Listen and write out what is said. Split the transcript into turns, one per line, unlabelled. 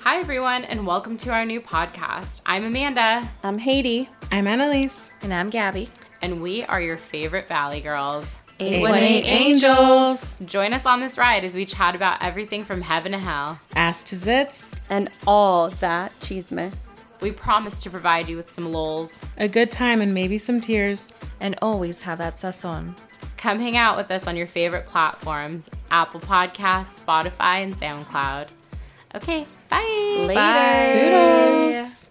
Hi, everyone, and welcome to our new podcast. I'm Amanda,
I'm Haiti.
I'm Annalise.
And I'm Gabby.
and we are your favorite Valley Girls.
818 Angels.
Join us on this ride as we chat about everything from heaven to hell.
Ass to zits.
And all that cheese me.
We promise to provide you with some lols.
A good time and maybe some tears.
And always have that sazon.
Come hang out with us on your favorite platforms Apple Podcasts, Spotify, and SoundCloud. Okay, bye.
Later.
Toodles.